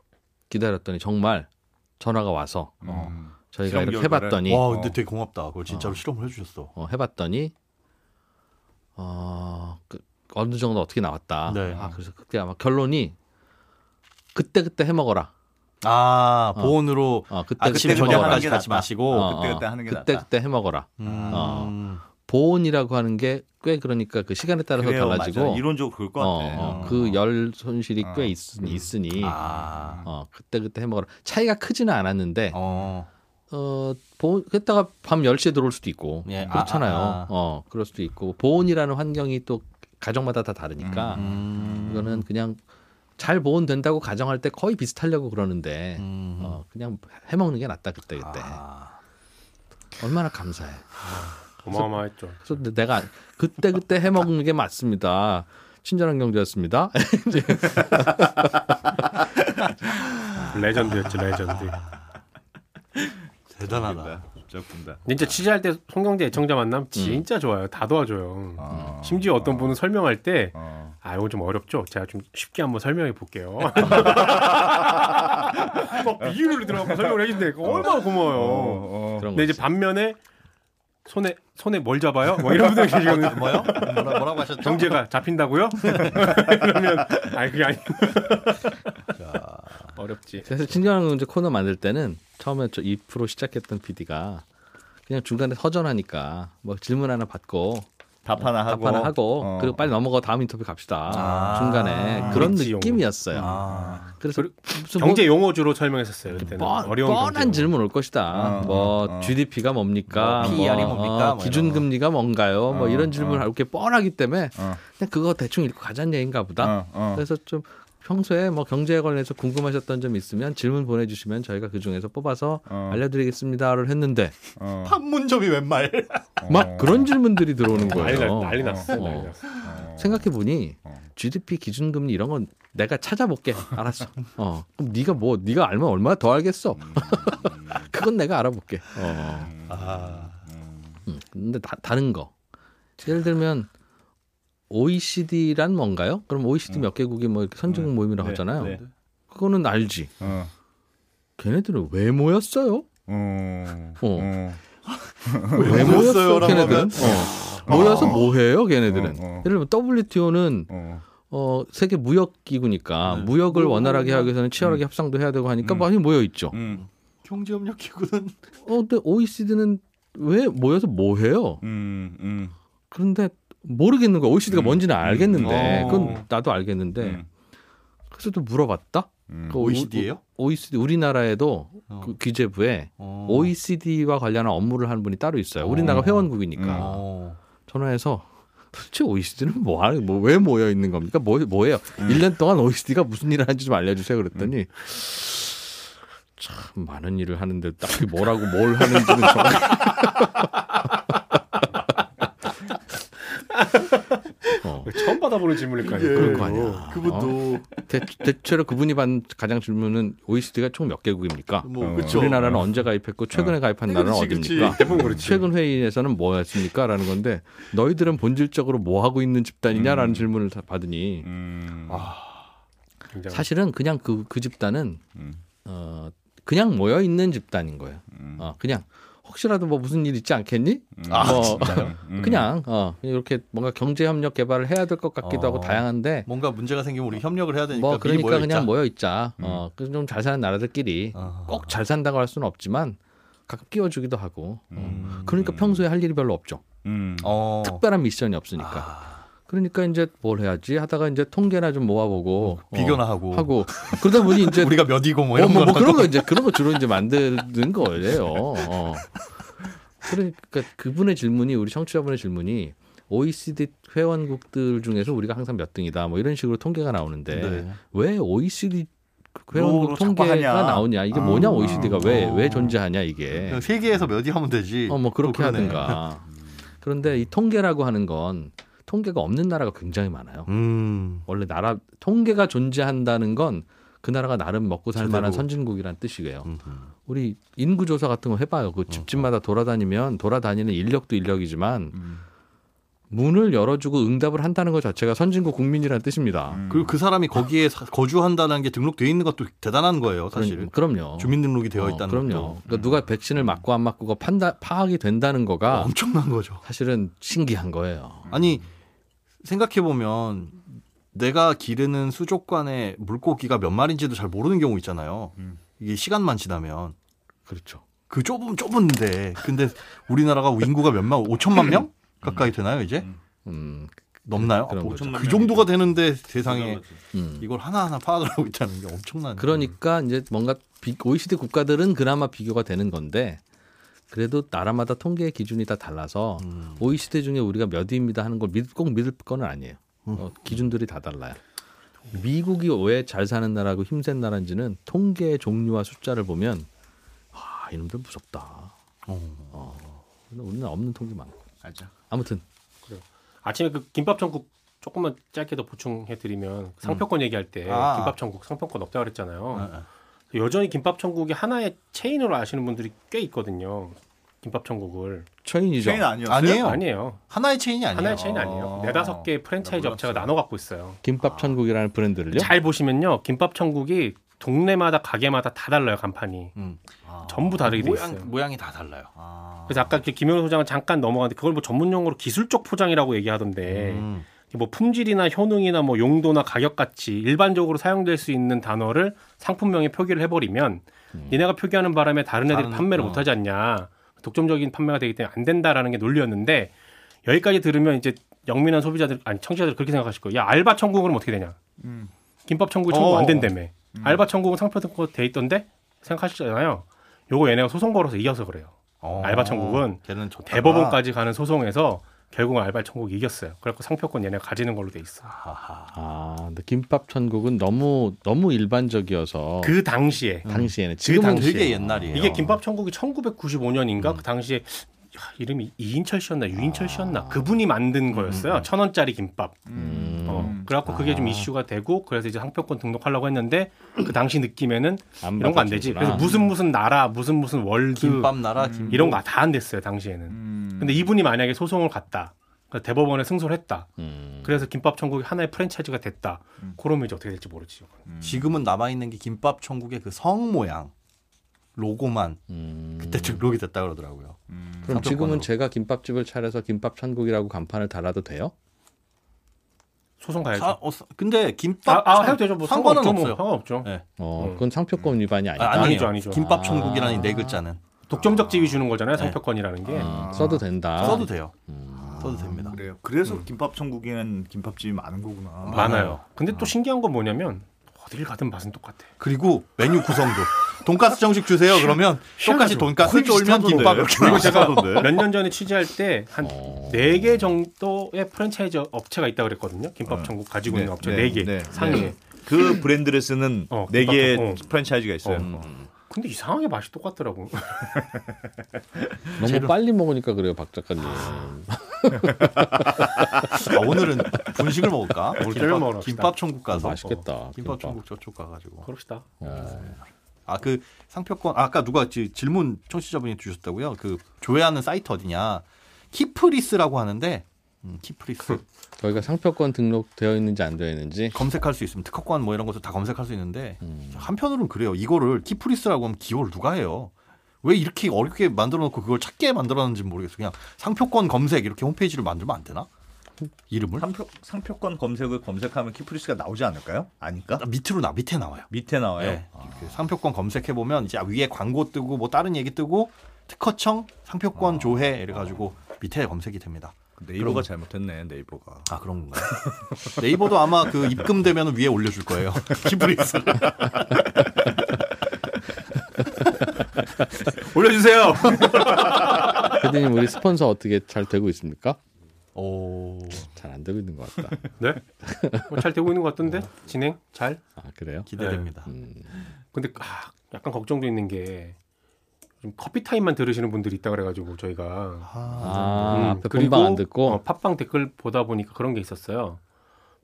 [SPEAKER 1] 기다렸더니 정말 전화가 와서
[SPEAKER 4] 음.
[SPEAKER 1] 저희가
[SPEAKER 3] 실험
[SPEAKER 1] 이렇게
[SPEAKER 3] 결과를?
[SPEAKER 1] 해봤더니
[SPEAKER 4] 와 근데
[SPEAKER 3] 어.
[SPEAKER 4] 되게 고맙다. 그걸 진짜로 실험을 해주셨어.
[SPEAKER 1] 어, 해봤더니 어, 그, 어느 정도 어떻게 나왔다.
[SPEAKER 4] 네.
[SPEAKER 1] 아, 그래서 그때 아마 결론이 그때 그때 해 먹어라.
[SPEAKER 4] 아
[SPEAKER 1] 어.
[SPEAKER 4] 보온으로
[SPEAKER 1] 어, 그때
[SPEAKER 4] 아침
[SPEAKER 1] 그때
[SPEAKER 4] 저녁
[SPEAKER 1] 해먹어라.
[SPEAKER 4] 하나씩 같이
[SPEAKER 3] 낫다.
[SPEAKER 4] 마시고.
[SPEAKER 1] 어,
[SPEAKER 3] 그때 그때 하는 게
[SPEAKER 1] 그때
[SPEAKER 3] 낫다.
[SPEAKER 1] 그때 해 먹어라.
[SPEAKER 4] 음.
[SPEAKER 1] 어. 보온이라고 하는 게 꽤 그러니까 그 시간에 따라서
[SPEAKER 3] 그래요,
[SPEAKER 1] 달라지고
[SPEAKER 3] 맞아. 이론적으로 그럴 것 같아.
[SPEAKER 1] 어, 그열 손실이
[SPEAKER 3] 어.
[SPEAKER 1] 꽤 있, 있으니
[SPEAKER 4] 아.
[SPEAKER 1] 어, 그때 그때 해 먹어라. 차이가 크지는 않았는데
[SPEAKER 4] 어.
[SPEAKER 1] 어, 보온, 그랬다가 밤 10시에 들어올 수도 있고.
[SPEAKER 4] 예, 아,
[SPEAKER 1] 그렇잖아요.
[SPEAKER 4] 아, 아.
[SPEAKER 1] 어, 그럴 수도 있고. 보온이라는 환경이 또 가정마다 다 다르니까.
[SPEAKER 4] 음.
[SPEAKER 1] 이거는 그냥 잘 보온된다고 가정할 때 거의 비슷하려고 그러는데,
[SPEAKER 4] 음.
[SPEAKER 1] 어, 그냥 해먹는 게 낫다, 그때, 그때.
[SPEAKER 4] 아.
[SPEAKER 1] 얼마나 감사해.
[SPEAKER 2] 어마어마했죠.
[SPEAKER 1] 그래서 근데 내가 그때, 그때 해먹는 게 맞습니다. 친절한 경제였습니다.
[SPEAKER 2] 레전드였지 레전드.
[SPEAKER 4] 대단하다.
[SPEAKER 3] 아,
[SPEAKER 1] 어.
[SPEAKER 3] 진짜 군다.
[SPEAKER 2] 진짜 취재할 때 송경재 애청자 만남 진짜
[SPEAKER 3] 음.
[SPEAKER 2] 좋아요. 다 도와줘요.
[SPEAKER 1] 음.
[SPEAKER 3] 어.
[SPEAKER 2] 심지어 어떤 분은 설명할 때
[SPEAKER 3] 어.
[SPEAKER 2] 아, 이건 좀 어렵죠. 제가 좀 쉽게 한번 설명해 볼게요. 막 비유를 들어가고 설명을 해준다니까 얼마나 고마워요.
[SPEAKER 3] 어.
[SPEAKER 1] 그런 거.
[SPEAKER 2] 근데 네, 이제
[SPEAKER 1] 있어요.
[SPEAKER 2] 반면에 손에 손에 뭘 잡아요? 뭐 이런 분들 계시거든요.
[SPEAKER 4] 뭐요? 뭐라, 뭐라고 하셨죠?
[SPEAKER 2] 경제가 잡힌다고요? 그러면 아니 그게 아니. 어렵지.
[SPEAKER 1] 그래서 친절한 경제 코너 만들 때는 처음에 저 2% 시작했던 PD가 그냥 중간에 허전하니까 뭐 질문 하나 받고
[SPEAKER 3] 답 하나 하고.
[SPEAKER 1] 답 하나 하고
[SPEAKER 3] 어.
[SPEAKER 1] 그리고 빨리 넘어가 다음 인터뷰 갑시다
[SPEAKER 4] 아.
[SPEAKER 1] 중간에 그런
[SPEAKER 2] 브릿지 용어.
[SPEAKER 1] 느낌이었어요
[SPEAKER 4] 아.
[SPEAKER 1] 그래서 무슨
[SPEAKER 2] 경제 용어 주로 설명했었어요. 그때는
[SPEAKER 1] 뭐 뻔,
[SPEAKER 2] 어려운 경제
[SPEAKER 1] 뻔한
[SPEAKER 2] 용어.
[SPEAKER 1] 질문 올 것이다
[SPEAKER 3] 어,
[SPEAKER 1] 뭐
[SPEAKER 3] 어.
[SPEAKER 1] GDP가 뭡니까 어,
[SPEAKER 4] 뭐 PER 이 뭡니까? 뭐
[SPEAKER 1] 기준금리가 뭔가요 뭐
[SPEAKER 3] 어,
[SPEAKER 1] 이런 질문을 이렇게 뻔하기 때문에
[SPEAKER 3] 어.
[SPEAKER 1] 그냥 그거 대충 읽고 가자는 얘기인가 보다
[SPEAKER 3] 어, 어.
[SPEAKER 1] 그래서 좀 평소에 뭐 경제에 관련해서 궁금하셨던 점 있으면 질문 보내주시면 저희가 그 중에서 뽑아서
[SPEAKER 3] 어.
[SPEAKER 1] 알려드리겠습니다를 했는데
[SPEAKER 3] 어.
[SPEAKER 4] 판문점이 웬 말?
[SPEAKER 5] 어.
[SPEAKER 1] 막 그런 질문들이 들어오는
[SPEAKER 2] 난리
[SPEAKER 1] 거예요.
[SPEAKER 2] 났 난리 났어.
[SPEAKER 1] 어.
[SPEAKER 2] 난리 났어.
[SPEAKER 3] 어.
[SPEAKER 1] 생각해 보니
[SPEAKER 3] 어.
[SPEAKER 1] GDP 기준금리 이런 건 내가 찾아볼게. 알았어. 어. 그럼 네가 뭐 네가 알면 얼마나 더 알겠어. 그건 내가 알아볼게. 어.
[SPEAKER 4] 아.
[SPEAKER 1] 음, 근데 다, 른 거. 예를 들면 OECD란 뭔가요? 그럼 OECD 몇 개국이 뭐 이렇게 선진국 모임이라고
[SPEAKER 3] 네,
[SPEAKER 1] 하잖아요.
[SPEAKER 3] 네.
[SPEAKER 1] 그거는 알지.
[SPEAKER 3] 어.
[SPEAKER 1] 걔네들은 왜 모였어요?
[SPEAKER 3] 어.
[SPEAKER 1] 어.
[SPEAKER 3] 어.
[SPEAKER 1] 왜
[SPEAKER 4] 모였어요라고
[SPEAKER 1] 걔네들은?
[SPEAKER 4] 하면?
[SPEAKER 1] 어. 모여서
[SPEAKER 4] 아.
[SPEAKER 1] 뭐 해요, 걔네들은?
[SPEAKER 3] 어, 어.
[SPEAKER 1] 예를 들면 WTO는
[SPEAKER 3] 어.
[SPEAKER 1] 어, 세계 무역 기구니까
[SPEAKER 4] 네.
[SPEAKER 1] 무역을
[SPEAKER 4] 뭐,
[SPEAKER 1] 원활하게 하기 위해서는
[SPEAKER 4] 음.
[SPEAKER 1] 치열하게 협상도 해야 되고 하니까 많이 모여 있죠.
[SPEAKER 3] 음.
[SPEAKER 4] 경제협력 기구는
[SPEAKER 1] 어, 근데 OECD는 왜 모여서 뭐 해요?
[SPEAKER 3] 음. 음.
[SPEAKER 1] 그런데 모르겠는 거야. OECD가
[SPEAKER 3] 음.
[SPEAKER 1] 뭔지는 알겠는데
[SPEAKER 4] 어.
[SPEAKER 1] 그건 나도 알겠는데
[SPEAKER 3] 음.
[SPEAKER 1] 그래서 또 물어봤다.
[SPEAKER 3] 음.
[SPEAKER 1] 네. 그
[SPEAKER 4] OECD예요?
[SPEAKER 1] OECD 우리나라에도
[SPEAKER 4] 어.
[SPEAKER 1] 그 기재부에
[SPEAKER 4] 어.
[SPEAKER 1] OECD와 관련한 업무를 하는 분이 따로 있어요. 우리나라
[SPEAKER 4] 어.
[SPEAKER 1] 회원국이니까
[SPEAKER 4] 어.
[SPEAKER 1] 전화해서 도대체 OECD는 뭐 하는 뭐 왜 모여 있는 겁니까? 뭐 뭐예요?
[SPEAKER 4] 네.
[SPEAKER 1] 1년 동안 OECD가 무슨 일을 하는지 좀 알려 주세요. 그랬더니 참 많은 일을 하는데 딱히 뭐라고 뭘 하는지는 정확히 어,
[SPEAKER 2] 처음 받아보는 질문일 거 아니에요.
[SPEAKER 1] 예, 그럴 거 아니야.
[SPEAKER 4] 뭐, 그분도
[SPEAKER 1] 대, 대체로 그분이 받은 가장 질문은 OECD가 총 몇 개국입니까?
[SPEAKER 4] 뭐
[SPEAKER 3] 어.
[SPEAKER 4] 그쵸.
[SPEAKER 1] 우리나라는 언제 가입했고 최근에 가입한 나라는
[SPEAKER 4] 어. 그렇지, 그렇지.
[SPEAKER 1] 어디입니까?
[SPEAKER 5] 그렇죠.
[SPEAKER 2] 대부분 그렇지.
[SPEAKER 1] 최근 회의에서는 뭐였습니까라는 건데 너희들은 본질적으로 뭐 하고 있는 집단이냐라는 질문을 다 받으니
[SPEAKER 3] 음.
[SPEAKER 1] 아.
[SPEAKER 2] 굉장히.
[SPEAKER 1] 사실은 그냥 그 그 집단은
[SPEAKER 3] 음.
[SPEAKER 1] 어, 그냥 모여 있는 집단인 거예요.
[SPEAKER 3] 음.
[SPEAKER 1] 어, 그냥 혹시라도 뭐 무슨 일 있지 않겠니?
[SPEAKER 3] 음.
[SPEAKER 4] 아,
[SPEAKER 1] 뭐,
[SPEAKER 4] 진짜요?
[SPEAKER 3] 음.
[SPEAKER 1] 그냥 어, 그냥 이렇게 뭔가 경제 협력 개발을 해야 될 것 같기도 하고
[SPEAKER 4] 어.
[SPEAKER 1] 다양한데
[SPEAKER 4] 뭔가 문제가 생기면 우리 협력을 해야 되니까
[SPEAKER 1] 뭐
[SPEAKER 4] 미리
[SPEAKER 1] 그러니까
[SPEAKER 4] 모여있자.
[SPEAKER 1] 그냥 모여 있자. 어, 좀 잘 사는 나라들끼리
[SPEAKER 4] 아.
[SPEAKER 1] 꼭 잘 산다고 할 수는 없지만 가끔 끼워주기도 하고. 어,
[SPEAKER 4] 음.
[SPEAKER 1] 그러니까 평소에 할 일이 별로 없죠.
[SPEAKER 3] 음.
[SPEAKER 4] 어.
[SPEAKER 1] 특별한 미션이 없으니까.
[SPEAKER 4] 아,
[SPEAKER 1] 그러니까 이제 뭘 해야지 하다가 이제 통계나 좀 모아보고 어,
[SPEAKER 4] 비교나 하고.
[SPEAKER 1] 하고 그러다 보니 이제
[SPEAKER 4] 우리가 몇이고 뭐
[SPEAKER 1] 어,
[SPEAKER 4] 이런
[SPEAKER 1] 뭐,
[SPEAKER 4] 거.
[SPEAKER 1] 뭐 그런 거 이제 그런 거 주로 이제 만드는 거예요. 어. 그러니까 그분의 질문이 우리 청취자분의 질문이 OECD 회원국들 중에서 우리가 항상 몇 등이다 뭐 이런 식으로 통계가 나오는데
[SPEAKER 4] 네.
[SPEAKER 1] 왜 OECD
[SPEAKER 5] 로
[SPEAKER 1] 회원국 통계가
[SPEAKER 5] 작화하냐.
[SPEAKER 1] 나오냐 이게
[SPEAKER 5] 아.
[SPEAKER 1] 뭐냐 OECD가 왜 왜
[SPEAKER 4] 어.
[SPEAKER 1] 존재하냐 이게
[SPEAKER 4] 그냥 세계에서 몇위 하면 되지.
[SPEAKER 1] 어 뭐 그렇게
[SPEAKER 4] 또 그러네.
[SPEAKER 1] 하든가 그런데 이 통계라고 하는 건 통계가 없는 나라가 굉장히 많아요
[SPEAKER 4] 음.
[SPEAKER 1] 원래 나라 통계가 존재한다는 건 그 나라가 나름 먹고 살 만한
[SPEAKER 4] 제대로.
[SPEAKER 1] 선진국이란 뜻이에요.
[SPEAKER 4] 음.
[SPEAKER 1] 우리 인구 조사 같은 거 해봐요. 그
[SPEAKER 4] 어,
[SPEAKER 1] 집집마다 돌아다니면 돌아다니는 인력도 인력이지만
[SPEAKER 5] 음.
[SPEAKER 1] 문을 열어주고 응답을 한다는 것 자체가 선진국 국민이라는 뜻입니다.
[SPEAKER 4] 그리고 그 사람이 거기에 사- 거주한다는 게 등록돼 있는 것도 대단한 거예요, 사실.
[SPEAKER 1] 그럼, 그럼요.
[SPEAKER 4] 주민등록이 되어
[SPEAKER 1] 그러니까. 어,
[SPEAKER 4] 있다는
[SPEAKER 1] 그럼요.
[SPEAKER 4] 것도 음.
[SPEAKER 1] 그러니까 누가 백신을 맞고 안 맞고가 판다, 파악이 된다는 거가
[SPEAKER 4] 엄청난 거죠.
[SPEAKER 1] 사실은 신기한 거예요.
[SPEAKER 4] 아니
[SPEAKER 2] 음.
[SPEAKER 4] 생각해 보면 내가 기르는 수족관에 물고기가 몇 마리인지도 잘 모르는 경우 있잖아요.
[SPEAKER 5] 음.
[SPEAKER 4] 이게 시간만 지나면
[SPEAKER 1] 그렇죠.
[SPEAKER 4] 그 좁은 좁은데 근데 우리나라가 인구가 몇만 5천만
[SPEAKER 2] 음.
[SPEAKER 4] 명 가까이 되나요 이제
[SPEAKER 1] 음,
[SPEAKER 4] 넘나요?
[SPEAKER 1] 그런 거죠.
[SPEAKER 4] 그 정도가 되는데 세상에
[SPEAKER 1] 음.
[SPEAKER 4] 이걸 하나 하나 파악을 하고 있다는 게 엄청난.
[SPEAKER 1] 그러니까 이제 뭔가 비, OECD 국가들은 그나마 비교가 되는 건데 그래도 나라마다 통계 기준이 다 달라서
[SPEAKER 4] 음.
[SPEAKER 1] OECD 중에 우리가 몇 위입니다 하는 걸 꼭 믿을 건 아니에요. 어, 기준들이 다 달라요. 미국이 왜 잘 사는 나라고 힘센 나라인지는 통계의 종류와 숫자를 보면 아 이놈들 무섭다.
[SPEAKER 4] 어.
[SPEAKER 1] 근데 우리는 없는 통계 많고.
[SPEAKER 5] 맞아.
[SPEAKER 1] 아무튼
[SPEAKER 2] 아침에 그 김밥 천국 조금만 짧게 더 보충해 드리면 상표권 얘기할 때
[SPEAKER 4] 음. 아.
[SPEAKER 2] 김밥 천국 상표권 없다 고 그랬잖아요.
[SPEAKER 4] 아, 아.
[SPEAKER 2] 여전히 김밥 천국이 하나의 체인으로 아시는 분들이 꽤 있거든요. 김밥 천국을
[SPEAKER 1] 체인이죠.
[SPEAKER 5] 체인 아니었어요?
[SPEAKER 4] 아니에요.
[SPEAKER 2] 아니에요.
[SPEAKER 4] 하나의 체인이 아니에요.
[SPEAKER 2] 하나의 체인 아니에요.
[SPEAKER 5] 아.
[SPEAKER 2] 네다섯 개의 프랜차이즈
[SPEAKER 5] 나 몰랐어요.
[SPEAKER 2] 업체가 나눠 갖고 있어요.
[SPEAKER 1] 김밥 천국이라는 브랜드를요.
[SPEAKER 2] 잘 보시면요, 김밥 천국이 동네마다 가게마다 다 달라요 간판이.
[SPEAKER 4] 음.
[SPEAKER 5] 아.
[SPEAKER 2] 전부 다르게 돼 있어요.
[SPEAKER 4] 모양, 모양이 다 달라요.
[SPEAKER 5] 아.
[SPEAKER 2] 그래서 아까 그 김현우 소장은 잠깐 넘어갔는데 그걸 뭐 전문 용어로 기술적 포장이라고 얘기하던데
[SPEAKER 4] 음.
[SPEAKER 2] 뭐 품질이나 효능이나 뭐 용도나 가격 같이 일반적으로 사용될 수 있는 단어를 상품명에 표기를 해버리면 얘네가 표기하는 바람에 다른 애들이
[SPEAKER 4] 음. 다른-
[SPEAKER 2] 판매를
[SPEAKER 4] 어.
[SPEAKER 2] 못하지 않냐 독점적인 판매가 되기 때문에 안 된다라는 게 논리였는데 여기까지 들으면 이제 영민한 소비자들 아니 청취자들 그렇게 생각하실 거예요. 야 알바 천국은 어떻게 되냐?
[SPEAKER 5] 음.
[SPEAKER 2] 김밥 천국 청구
[SPEAKER 4] 어.
[SPEAKER 2] 안 된다며. 알바 천국은 상표등급 돼 있던데 생각하시잖아요. 요거 얘네가 소송 걸어서 이겨서 그래요.
[SPEAKER 4] 어.
[SPEAKER 2] 알바 천국은
[SPEAKER 4] 걔는 좋다.
[SPEAKER 2] 대법원까지 가는 소송에서 결국 은 알바 천국이 이겼어요. 그래갖고 상표권 얘네가 가지는 걸로 돼 있어.
[SPEAKER 4] 아하.
[SPEAKER 1] 아, 근데 김밥 천국은 너무 너무 일반적이어서
[SPEAKER 2] 그 당시에
[SPEAKER 1] 당시에는 지금은
[SPEAKER 4] 당시에. 되게 옛날이에요.
[SPEAKER 2] 이게 김밥 천국이
[SPEAKER 4] 음.
[SPEAKER 2] 1995년인가 그 당시에 야, 이름이 이인철 씨였나 유인철 씨였나
[SPEAKER 4] 아.
[SPEAKER 2] 그분이 만든 거였어요. 천 원짜리 김밥.
[SPEAKER 5] 음.
[SPEAKER 2] 어, 그래갖고 그게
[SPEAKER 4] 아.
[SPEAKER 2] 좀 이슈가 되고 그래서 이제 상표권 등록하려고 했는데 그 당시 느낌에는
[SPEAKER 1] 안
[SPEAKER 2] 이런 거 안 되지.
[SPEAKER 1] 받아주구나.
[SPEAKER 2] 그래서 무슨 무슨 나라 무슨 무슨 월드
[SPEAKER 4] 음. 김밥 뭐. 나라 김.
[SPEAKER 2] 음. 이런 거 다 안 됐어요 당시에는.
[SPEAKER 5] 음.
[SPEAKER 2] 근데 이분이 만약에 소송을 갔다. 그래서 대법원에 승소를 했다.
[SPEAKER 1] 음.
[SPEAKER 2] 그래서 김밥 천국이 하나의 프랜차이즈가 됐다. 그러면 이제 어떻게 될지 모르지.
[SPEAKER 4] 지금은 남아 있는 게 김밥 천국의 그 성 모양 로고만
[SPEAKER 1] 음.
[SPEAKER 4] 그때 등록이 됐다 그러더라고요.
[SPEAKER 5] 음.
[SPEAKER 1] 그럼 지금은
[SPEAKER 4] 상표권으로.
[SPEAKER 1] 제가 김밥집을 차려서 김밥 천국이라고 간판을 달아도 돼요?
[SPEAKER 2] 소송 가야죠.
[SPEAKER 4] 사- 어, 사- 근데
[SPEAKER 2] 아,
[SPEAKER 4] 김밥
[SPEAKER 2] 아
[SPEAKER 4] 천-
[SPEAKER 2] 해도 되죠. 뭐
[SPEAKER 4] 상관은
[SPEAKER 2] 상관없죠. 뭐.
[SPEAKER 4] 없어요.
[SPEAKER 2] 상관없죠.
[SPEAKER 4] 네.
[SPEAKER 1] 어, 그건 상표권 위반이 아니다.
[SPEAKER 4] 아, 아니에요.
[SPEAKER 2] 음. 아니죠, 아니죠.
[SPEAKER 4] 김밥
[SPEAKER 1] 아.
[SPEAKER 4] 천국이라는 네 글자는
[SPEAKER 2] 독점적 지위 주는 거잖아요. 상표권이라는 게.
[SPEAKER 1] 아, 써도 된다.
[SPEAKER 4] 써도 돼요.
[SPEAKER 1] 음.
[SPEAKER 4] 써도 됩니다.
[SPEAKER 5] 그래요. 그래서 김밥 천국에는 김밥집이 많은 거구나.
[SPEAKER 2] 많아요. 근데 또 신기한 건 뭐냐면 어딜 가든 맛은 똑같아.
[SPEAKER 4] 그리고 메뉴 구성도 돈가스 정식 주세요. 그러면 똑같이 돈가스 쫄면 김밥 이렇게
[SPEAKER 5] 그리고
[SPEAKER 2] 제가 네,
[SPEAKER 5] 제가
[SPEAKER 2] 몇 년 전에 취재할 때 한
[SPEAKER 1] 어.
[SPEAKER 2] 네 개 정도의 프랜차이즈 업체가 있다 그랬거든요. 김밥 천국 가지고 있는
[SPEAKER 5] 네,
[SPEAKER 2] 업체
[SPEAKER 5] 네,
[SPEAKER 2] 네 개
[SPEAKER 5] 네,
[SPEAKER 2] 상위에.
[SPEAKER 5] 네. 그 브랜드를 쓰는
[SPEAKER 2] 어,
[SPEAKER 5] 네 개의
[SPEAKER 2] 김밥 천국.
[SPEAKER 5] 프랜차이즈가 있어요. 음.
[SPEAKER 2] 어. 근데 이상하게 맛이 똑같더라고.
[SPEAKER 1] 너무 빨리 먹으니까 그래요, 박 작가님. 음,
[SPEAKER 4] 아, 오늘은 분식을 먹을까?
[SPEAKER 2] 오늘 때려 먹으러 갑시다.
[SPEAKER 4] 김밥,
[SPEAKER 2] 어,
[SPEAKER 4] 김밥 천국 가서
[SPEAKER 1] 맛있겠다.
[SPEAKER 4] 김밥
[SPEAKER 1] 김밥.
[SPEAKER 4] 천국 저쪽 가가지고
[SPEAKER 2] 그럽시다.
[SPEAKER 4] 아 그 상표권 아, 까 누가 지- 질문 청취자분이 주셨다고요. 그 조회하는 사이트 어디냐? 키프리스라고 하는데 음, 키프리스
[SPEAKER 1] 저희가 상표권 등록되어 있는지 안 되어 있는지.
[SPEAKER 4] 검색할 수 있으면 특허권 뭐 이런 것도 다 검색할 수 있는데
[SPEAKER 1] 음.
[SPEAKER 4] 한편으로는 그래요. 이거를 키프리스라고 하면 기호를 누가 해요? 왜 이렇게 어렵게 만들어 놓고 그걸 찾게 만들었는지 모르겠어. 그냥 상표권 검색 이렇게 홈페이지를 만들면 안 되나? 이름을
[SPEAKER 5] 상표, 상표권 검색을 검색하면 키프리스가 나오지 않을까요? 아닐까?
[SPEAKER 4] 나 밑으로 나 밑에 나와요.
[SPEAKER 5] 밑에 나와요.
[SPEAKER 2] 네.
[SPEAKER 5] 아.
[SPEAKER 4] 예. 이렇게 상표권 검색해 보면 이제 위에 광고 뜨고 뭐 다른 얘기 뜨고 특허청 상표권
[SPEAKER 5] 아.
[SPEAKER 4] 조회 이래 가지고 밑에 검색이 됩니다.
[SPEAKER 5] 네이버가
[SPEAKER 4] 그럼-
[SPEAKER 5] 잘못했네. 네이버가.
[SPEAKER 4] 아 그런 건가요? 네이버도 아마 그 입금되면 위에 올려줄 거예요. 키프리스.
[SPEAKER 5] 올려주세요.
[SPEAKER 1] PD님 우리 스폰서 어떻게 잘 되고 있습니까?
[SPEAKER 4] 오.
[SPEAKER 1] 잘 안 되고 있는 것 같다.
[SPEAKER 2] 네? 뭐잘 되고 있는 것 같던데 진행 잘.
[SPEAKER 1] 아 그래요?
[SPEAKER 4] 기대됩니다.
[SPEAKER 5] 네.
[SPEAKER 1] 음,
[SPEAKER 2] 근데 아, 약간 걱정도 있는 게. 좀 커피 타임만 들으시는 분들이 있다 그래가지고 저희가
[SPEAKER 1] 아
[SPEAKER 2] 음,
[SPEAKER 1] 앞에 본방 안 듣고
[SPEAKER 2] 어, 팟빵 댓글 보다 보니까 그런 게 있었어요.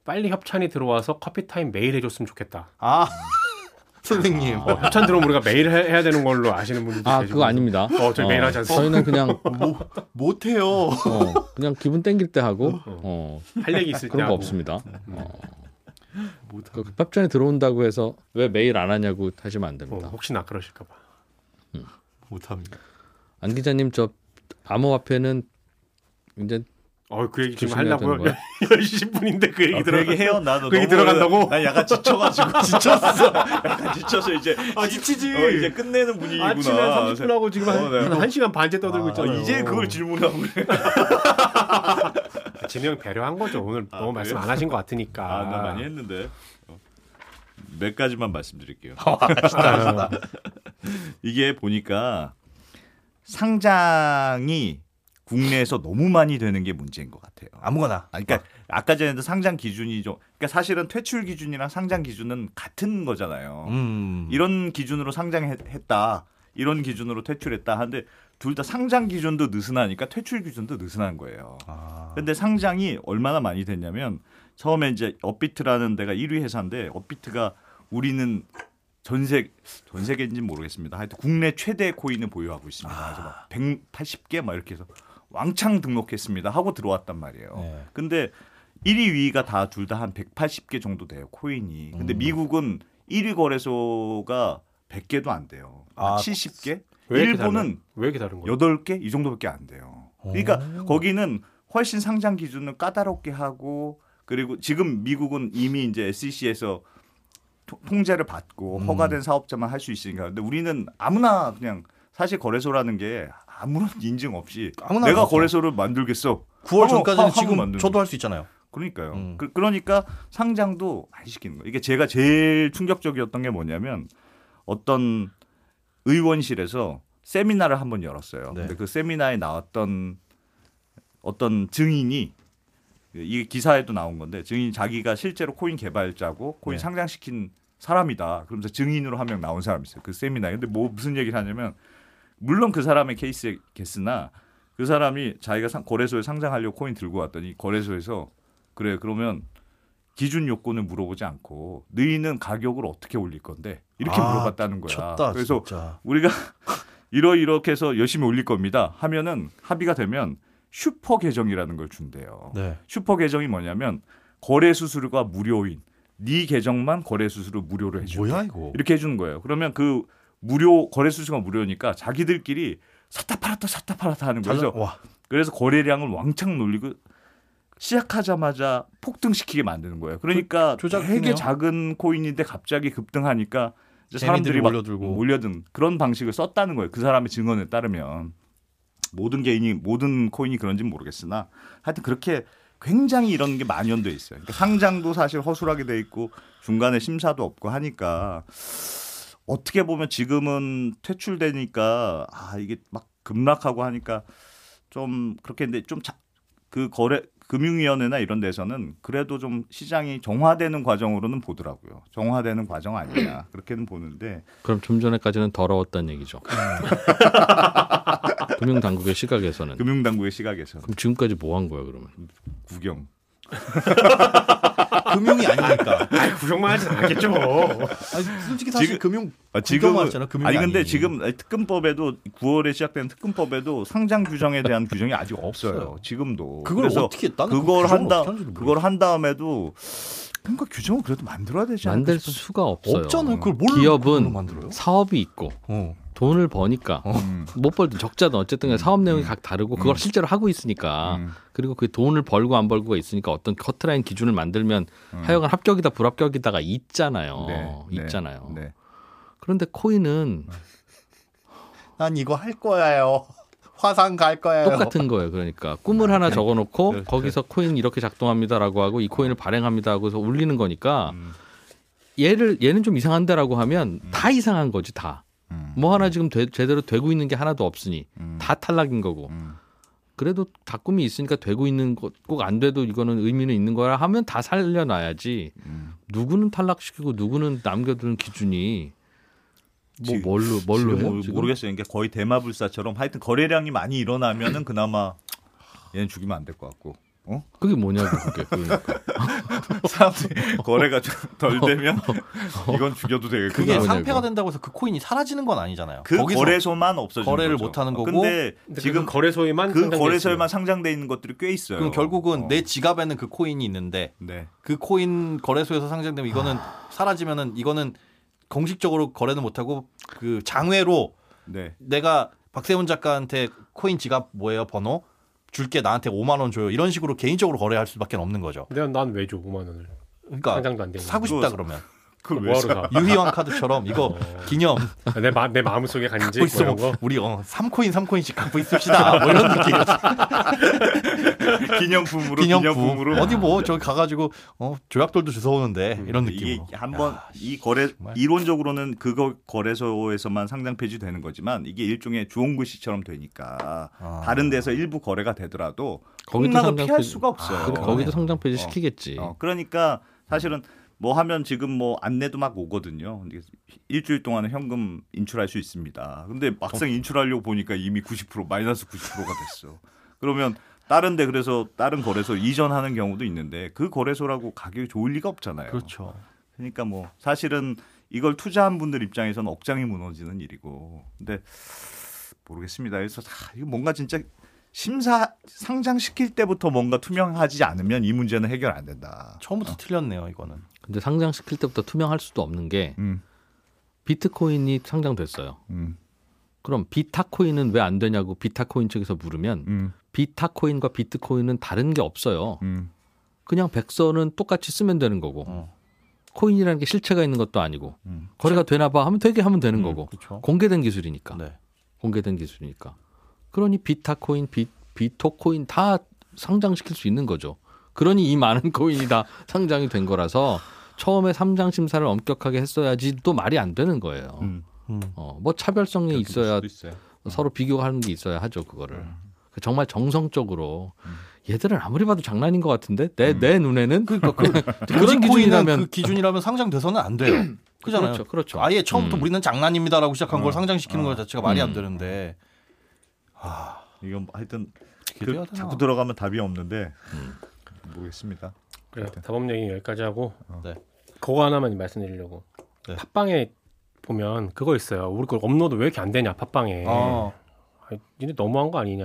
[SPEAKER 2] 빨리 협찬이 들어와서 커피 타임 매일 해줬으면 좋겠다.
[SPEAKER 4] 아 선생님.
[SPEAKER 5] 아.
[SPEAKER 2] 어, 협찬 들어오면 우리가 매일 해, 야 되는 걸로 아시는 분들도
[SPEAKER 1] 아
[SPEAKER 2] 계시고.
[SPEAKER 1] 그거 아닙니다.
[SPEAKER 2] 어, 저희 매일 하지 않습니까?
[SPEAKER 1] 저희는 그냥
[SPEAKER 4] 뭐, 못해요.
[SPEAKER 1] 어, 그냥 기분 땡길 때 하고 어,
[SPEAKER 2] 할 얘기 있을 때
[SPEAKER 1] 그런 거
[SPEAKER 2] 하고.
[SPEAKER 4] 뭐.
[SPEAKER 1] 없습니다.
[SPEAKER 4] 네.
[SPEAKER 1] 어. 그 협찬이 들어온다고 해서 왜 매일 안 하냐고 하시면 안
[SPEAKER 2] 어,
[SPEAKER 1] 됩니다.
[SPEAKER 2] 혹시나 그러실까 봐.
[SPEAKER 4] 못합니다.
[SPEAKER 1] 안 기자님 저 암호화폐는 이제
[SPEAKER 2] 어, 그 얘기 지금
[SPEAKER 1] 조심해야 되는
[SPEAKER 2] 하려고요.
[SPEAKER 1] 거야?
[SPEAKER 2] 10시 분인데 그 얘기
[SPEAKER 5] 아, 그
[SPEAKER 2] 들어.
[SPEAKER 5] 얘기 해요. 나도
[SPEAKER 2] 그 얘기
[SPEAKER 5] 너무
[SPEAKER 2] 들어간다고?
[SPEAKER 5] 난 약간 지쳐가지고 지쳤어.
[SPEAKER 3] 약간 지쳐서 이제
[SPEAKER 4] 아 지치지.
[SPEAKER 3] 어, 이제 끝내는 분위기구나.
[SPEAKER 2] 아침에 한 30분 하고 지금 한,
[SPEAKER 3] 어, 네.
[SPEAKER 2] 한 시간 반째 떠들고
[SPEAKER 3] 아,
[SPEAKER 2] 있잖아요.
[SPEAKER 3] 이제 그걸 질문하고 그래.
[SPEAKER 2] 진영 배려한 거죠. 오늘
[SPEAKER 3] 아,
[SPEAKER 2] 너무 말씀
[SPEAKER 3] 그래요?
[SPEAKER 2] 안 하신 것 같으니까.
[SPEAKER 3] 아, 나 많이 했는데. 어. 몇 가지만 말씀드릴게요.
[SPEAKER 2] 아,
[SPEAKER 3] 이게 보니까
[SPEAKER 5] 상장이 국내에서 너무 많이 되는 게 문제인 것 같아요.
[SPEAKER 4] 아무거나.
[SPEAKER 5] 아, 그러니까 아까 전에도 상장 기준이 좀 그러니까 사실은 퇴출 기준이랑 상장 기준은 같은 거잖아요.
[SPEAKER 4] 음.
[SPEAKER 5] 이런 기준으로 상장했다. 이런 기준으로 퇴출했다 하는데 둘 다 상장 기준도 느슨하니까 퇴출 기준도 느슨한 거예요.
[SPEAKER 4] 아.
[SPEAKER 5] 근데 상장이 얼마나 많이 됐냐면 처음에 이제 업비트라는 데가 1위 회사인데 업비트가 우리는 전세 전 세계인지는 모르겠습니다. 하여튼 국내 최대 코인을 보유하고 있습니다. 그래서
[SPEAKER 2] 아.
[SPEAKER 5] 막 180개 막 이렇게 해서 왕창 등록했습니다 하고 들어왔단 말이에요.
[SPEAKER 4] 네.
[SPEAKER 5] 근데 1위, 2위가 다 둘 다 한 180개 정도 돼요 코인이. 근데
[SPEAKER 2] 음.
[SPEAKER 5] 미국은 1위 거래소가 100개도 안 돼요.
[SPEAKER 4] 아,
[SPEAKER 5] 70개?
[SPEAKER 2] 왜 이렇게
[SPEAKER 5] 일본은
[SPEAKER 2] 왜 이렇게 다른 거예요?
[SPEAKER 5] 뭐 여덟 개 이 정도밖에 안 돼요. 그러니까 거기는 훨씬 상장 기준을 까다롭게 하고 그리고 지금 미국은 이미 이제 SEC에서 통제를 받고
[SPEAKER 4] 음.
[SPEAKER 5] 허가된 사업자만 할 수 있으니까 근데 우리는 아무나 그냥 사실 거래소라는 게 아무런 인증 없이
[SPEAKER 4] 아무나
[SPEAKER 5] 내가
[SPEAKER 4] 하죠.
[SPEAKER 5] 거래소를 만들겠어.
[SPEAKER 4] 9월
[SPEAKER 5] 하고-
[SPEAKER 4] 전까지는
[SPEAKER 5] 하고
[SPEAKER 4] 지금
[SPEAKER 5] 만드는
[SPEAKER 4] 저도 할 수 있잖아요.
[SPEAKER 5] 그러니까요.
[SPEAKER 4] 음.
[SPEAKER 5] 그, 러니까 상장도 안 시키는 거예요. 이게 제가 제일 충격적이었던 게 뭐냐면 어떤 의원실에서 세미나를 한번 열었어요.
[SPEAKER 4] 네.
[SPEAKER 5] 근데 그 세미나에 나왔던 어떤 증인이 이게 기사에도 나온 건데 증인 이 자기가 실제로 코인 개발자고 코인
[SPEAKER 4] 네.
[SPEAKER 5] 상장시킨 사람이다. 그러면서 증인으로 한 명 나온 사람이 있어요. 그 세미나에. 근데 뭐 무슨 얘기를 하냐면 물론 그 사람의 케이스겠으나 그 사람이 자기가 상- 거래소에 상장하려고 코인 들고 왔더니 거래소에서 그래 그러면 기준 요건을 물어보지 않고 너희는 가격을 어떻게 올릴 건데 이렇게
[SPEAKER 4] 아,
[SPEAKER 5] 물어봤다는 거야.
[SPEAKER 4] 쳤다.
[SPEAKER 5] 그래서
[SPEAKER 4] 진짜.
[SPEAKER 5] 우리가 이러이렇게 해서 열심히 올릴 겁니다. 하면은 합의가 되면 슈퍼 계정이라는 걸 준대요.
[SPEAKER 4] 네.
[SPEAKER 5] 슈퍼 계정이 뭐냐면 거래 수수료가 무료인 네 계정만 거래 수수료 무료로 해줘.
[SPEAKER 4] 뭐야 이거?
[SPEAKER 5] 이렇게 해주는 거예요. 그러면 그 무료 거래 수수가 무료니까 자기들끼리 샀다 팔았다 샀다 팔았다 하는 거예요.
[SPEAKER 4] 잘라-
[SPEAKER 5] 그래서,
[SPEAKER 4] 와.
[SPEAKER 5] 그래서 거래량을 왕창 놀리고 시작하자마자 폭등시키게 만드는 거예요. 그러니까
[SPEAKER 4] 조- 조작이네요.
[SPEAKER 5] 되게 작은 코인인데 갑자기 급등하니까 이제 사람들이
[SPEAKER 4] 개미들이
[SPEAKER 5] 막
[SPEAKER 4] 몰려들고.
[SPEAKER 5] 몰려든 그런 방식을 썼다는 거예요. 그 사람의 증언에 따르면 모든 개인이 모든 코인이 그런지는 모르겠으나 하여튼 그렇게 굉장히 이런 게 만연돼 있어요. 그러니까 상장도 사실 허술하게 돼 있고 중간에 심사도 없고 하니까 어떻게 보면 지금은 퇴출되니까 아 이게 막 급락하고 하니까 좀 그렇게 근데 좀 그 거래 금융위원회나 이런 데서는 그래도 좀 시장이 정화되는 과정으로는 보더라고요. 정화되는 과정 아니냐 그렇게는 보는데
[SPEAKER 1] 그럼 좀 전에까지는 더러웠다는 얘기죠.
[SPEAKER 4] 음.
[SPEAKER 1] 금융 당국의 시각에서는
[SPEAKER 5] 금융당국의 시각에서
[SPEAKER 1] 그럼 지금까지 뭐 한 거야 그러면?
[SPEAKER 5] 구경.
[SPEAKER 4] 금융이 아니니까.
[SPEAKER 2] 아, 구경만 하진 않겠죠.
[SPEAKER 4] 아니, 솔직히 사실
[SPEAKER 5] 지금-
[SPEAKER 4] 금융
[SPEAKER 5] 아,
[SPEAKER 4] 지금
[SPEAKER 5] 지금은-
[SPEAKER 4] 왔잖아. 금융이
[SPEAKER 5] 아니 근데
[SPEAKER 4] 아니니.
[SPEAKER 5] 지금 특검법에도 9월에 시작된 특검법에도 상장 규정에 대한 규정이 아직 없어요. 지금도.
[SPEAKER 4] 그걸
[SPEAKER 5] 그래서
[SPEAKER 4] 어떻게 나는 그
[SPEAKER 5] 그걸
[SPEAKER 4] 규정을
[SPEAKER 5] 한 다음
[SPEAKER 4] 어떻게 하는지도 모르겠어.
[SPEAKER 5] 그걸 한 다음에도 뭔가 규정을 그래도 만들어야 되지 않을까?
[SPEAKER 1] 만들 수가 없어요.
[SPEAKER 4] 없잖아요. 그걸 뭘
[SPEAKER 1] 기업은
[SPEAKER 4] 그걸로 만들어요?
[SPEAKER 1] 사업이 있고
[SPEAKER 4] 어.
[SPEAKER 1] 돈을 버니까
[SPEAKER 5] 어. 음.
[SPEAKER 1] 못 벌든 적자든 어쨌든 간에 사업 내용이 각 다르고 그걸 실제로 하고 있으니까
[SPEAKER 5] 음.
[SPEAKER 1] 그리고 그 돈을 벌고 안 벌고가 있으니까 어떤 커트라인 기준을 만들면 하여간 합격이다 불합격이다가 있잖아요.
[SPEAKER 4] 어,
[SPEAKER 1] 있잖아요.
[SPEAKER 5] 음. 네. 음.
[SPEAKER 1] 그런데 코인은
[SPEAKER 4] 난 이거 할 거예요. 화상 갈 거예요.
[SPEAKER 1] 똑같은 거예요. 그러니까 꿈을 하나
[SPEAKER 5] 네.
[SPEAKER 1] 적어놓고 거기서 코인 이렇게 작동합니다라고 하고 이 코인을 발행합니다 하고서 올리는 거니까
[SPEAKER 5] 어. 음.
[SPEAKER 1] 얘를 얘는 좀 이상한데라고 하면 다 이상한 거지 다.
[SPEAKER 5] 음.
[SPEAKER 1] 뭐 하나 지금 되- 제대로 되고 있는 게 하나도 없으니
[SPEAKER 5] 음.
[SPEAKER 1] 다 탈락인 거고.
[SPEAKER 5] 음.
[SPEAKER 1] 그래도 닭꿈이 있으니까 되고 있는 것 꼭 안 돼도 이거는 의미는 있는 거라 하면 다 살려놔야지
[SPEAKER 5] 음.
[SPEAKER 1] 누구는 탈락시키고 누구는 남겨두는 기준이 뭐
[SPEAKER 5] 지금-
[SPEAKER 1] 뭘로 뭘로 해요?
[SPEAKER 5] 지금
[SPEAKER 1] 지금?
[SPEAKER 5] 모르겠어요. 그러니까 거의 대마불사처럼 하여튼 거래량이 많이 일어나면은 그나마 얘는 죽이면 안 될 것 같고. 어?
[SPEAKER 1] 그게 뭐냐고 그게 그러니까.
[SPEAKER 5] 사람들이 거래가 좀 덜 되면 이건 죽여도 되겠구나.
[SPEAKER 4] 그게
[SPEAKER 1] 뭐냐고.
[SPEAKER 4] 상패가 된다고 해서 그 코인이 사라지는 건 아니잖아요.
[SPEAKER 5] 그
[SPEAKER 4] 거기서
[SPEAKER 5] 거래소만 없어지는
[SPEAKER 4] 거래를
[SPEAKER 5] 거죠.
[SPEAKER 4] 못하는 거고
[SPEAKER 5] 근데
[SPEAKER 2] 근데
[SPEAKER 5] 지금
[SPEAKER 2] 지금 거래소에만
[SPEAKER 5] 그
[SPEAKER 2] 상장돼
[SPEAKER 5] 거래소에만 상장돼 있는 것들이 꽤 있어요.
[SPEAKER 4] 그럼 결국은
[SPEAKER 5] 어.
[SPEAKER 4] 내 지갑에는 그 코인이 있는데
[SPEAKER 5] 네.
[SPEAKER 4] 그 코인 거래소에서 상장되면 이거는
[SPEAKER 5] 아.
[SPEAKER 4] 사라지면은 이거는 공식적으로 거래는 못하고 그 장외로
[SPEAKER 5] 네.
[SPEAKER 4] 내가 박세훈 작가한테 코인 지갑 뭐예요 번호 줄게 나한테 5만 원 줘요 이런 식으로 개인적으로 거래할 수밖에 없는 거죠.
[SPEAKER 2] 있어요. 내가 난왜 줘? 5만 원을.
[SPEAKER 4] 그러니까
[SPEAKER 2] 상장도 안
[SPEAKER 1] 네.
[SPEAKER 2] 되는.
[SPEAKER 4] 사고 싶다 그러면
[SPEAKER 5] 그걸 왜
[SPEAKER 2] 뭐하러 가?
[SPEAKER 5] 사?
[SPEAKER 4] 유희왕 카드처럼
[SPEAKER 5] 어.
[SPEAKER 4] 이거 기념
[SPEAKER 2] 내, 마, 내 마음속에 간지
[SPEAKER 4] 갖고
[SPEAKER 2] 뭐
[SPEAKER 4] 있어
[SPEAKER 2] 이런
[SPEAKER 4] 뭐
[SPEAKER 2] 거.
[SPEAKER 4] 우리 어 3코인 3코인씩 갖고 있읍시다 뭐 이런 느낌
[SPEAKER 5] 기념품으로
[SPEAKER 4] 기념품
[SPEAKER 5] 기념품으로 음,
[SPEAKER 4] 어디 뭐 저기 가가지고 어 조약돌도 주워오는데 이런
[SPEAKER 5] 이게
[SPEAKER 4] 느낌으로
[SPEAKER 5] 한번
[SPEAKER 4] 야,
[SPEAKER 5] 이 거래
[SPEAKER 4] 정말.
[SPEAKER 5] 이론적으로는 그거 거래소에서만 상장 폐지 되는 거지만 이게 일종의 주홍글씨처럼 되니까
[SPEAKER 4] 아.
[SPEAKER 5] 다른 데서 일부 거래가 되더라도
[SPEAKER 1] 거기도
[SPEAKER 5] 폭락을
[SPEAKER 1] 상장
[SPEAKER 5] 피할
[SPEAKER 1] 폐지.
[SPEAKER 5] 수가 없어요.
[SPEAKER 1] 그러니까 거기도 상장 폐지
[SPEAKER 5] 어.
[SPEAKER 4] 예.
[SPEAKER 1] 시키겠지.
[SPEAKER 5] 어, 그러니까 사실은 뭐 하면 지금 뭐 안내도 막 오거든요. 근데 일주일 동안은 현금 인출할 수 있습니다. 근데
[SPEAKER 4] 어.
[SPEAKER 5] 막상 인출하려고 보니까 이미 90% 마이너스 90%가 됐어. 그러면 다른데 그래서 다른 거래소 이전하는 경우도 있는데 그 거래소라고 가격이 좋을 리가 없잖아요.
[SPEAKER 4] 그렇죠
[SPEAKER 5] 그러니까 뭐 사실은 이걸 투자한 분들 입장에선 억장이 무너지는 일이고 근데 모르겠습니다. 그래서 다 이거 뭔가 진짜 심사 상장 시킬 때부터 뭔가 투명하지 않으면 이 문제는 해결 안 된다.
[SPEAKER 4] 처음부터
[SPEAKER 1] 어.
[SPEAKER 4] 틀렸네요 이거는
[SPEAKER 1] 근데 상장 시킬 때부터 투명할 수도 없는 게
[SPEAKER 5] 음,
[SPEAKER 1] 비트코인이 상장됐어요.
[SPEAKER 5] 음,
[SPEAKER 1] 그럼 비타코인은 왜 안 되냐고 비타코인 측에서 물으면
[SPEAKER 5] 음,
[SPEAKER 1] 비타코인과 비트코인은 다른 게 없어요.
[SPEAKER 5] 음.
[SPEAKER 1] 그냥 백서는 똑같이 쓰면 되는 거고
[SPEAKER 4] 어.
[SPEAKER 1] 코인이라는 게 실체가 있는 것도 아니고
[SPEAKER 5] 음.
[SPEAKER 1] 거래가 되나 봐 하면 되게 하면 되는 거고
[SPEAKER 4] 그렇죠
[SPEAKER 1] 공개된 기술이니까
[SPEAKER 4] 네
[SPEAKER 1] 공개된 기술이니까 그러니 비타코인 비, 비토코인 다 상장시킬 수 있는 거죠 그러니 이 많은 코인이 다 상장이 된 거라서 처음에 상장 심사를 엄격하게 했어야지 또 말이 안 되는 거예요
[SPEAKER 5] 음.
[SPEAKER 4] 음.
[SPEAKER 1] 어, 뭐 차별성이
[SPEAKER 5] 그렇게 볼
[SPEAKER 1] 있어야
[SPEAKER 5] 수도 있어요.
[SPEAKER 1] 서로 비교하는 게 있어야 하죠 그거를 그 정말 정성적으로 얘들은 아무리 봐도 장난인 것 같은데 내 내 눈에는
[SPEAKER 4] 그러니까 그,
[SPEAKER 1] 그런
[SPEAKER 4] 그런
[SPEAKER 1] 기준이라면-
[SPEAKER 4] 기준이라면 그 기준이라면 상장돼서는 안 돼요 그잖아요
[SPEAKER 1] 그렇죠 그렇죠
[SPEAKER 4] 아예 처음부터
[SPEAKER 1] 음.
[SPEAKER 4] 우리는 장난입니다라고 시작한
[SPEAKER 5] 어.
[SPEAKER 4] 걸 상장시키는
[SPEAKER 5] 어.
[SPEAKER 4] 것 자체가 말이
[SPEAKER 1] 음.
[SPEAKER 4] 안 되는데
[SPEAKER 5] 이건 뭐 하여튼
[SPEAKER 4] 어떻게
[SPEAKER 5] 그,
[SPEAKER 4] 해야 되나
[SPEAKER 5] 자꾸 들어가면 답이 없는데 모르겠습니다.
[SPEAKER 2] 그래요. 답업 얘기 여기까지 하고
[SPEAKER 4] 네.
[SPEAKER 2] 그거 하나만 말씀드리려고.
[SPEAKER 4] 네.
[SPEAKER 2] 팟빵에 보면 그거 있어요. 우리 걸 업로드 왜 이렇게 안 되냐 팟빵에.
[SPEAKER 4] 어.
[SPEAKER 2] 아니, 니네 너무한 거 아니냐.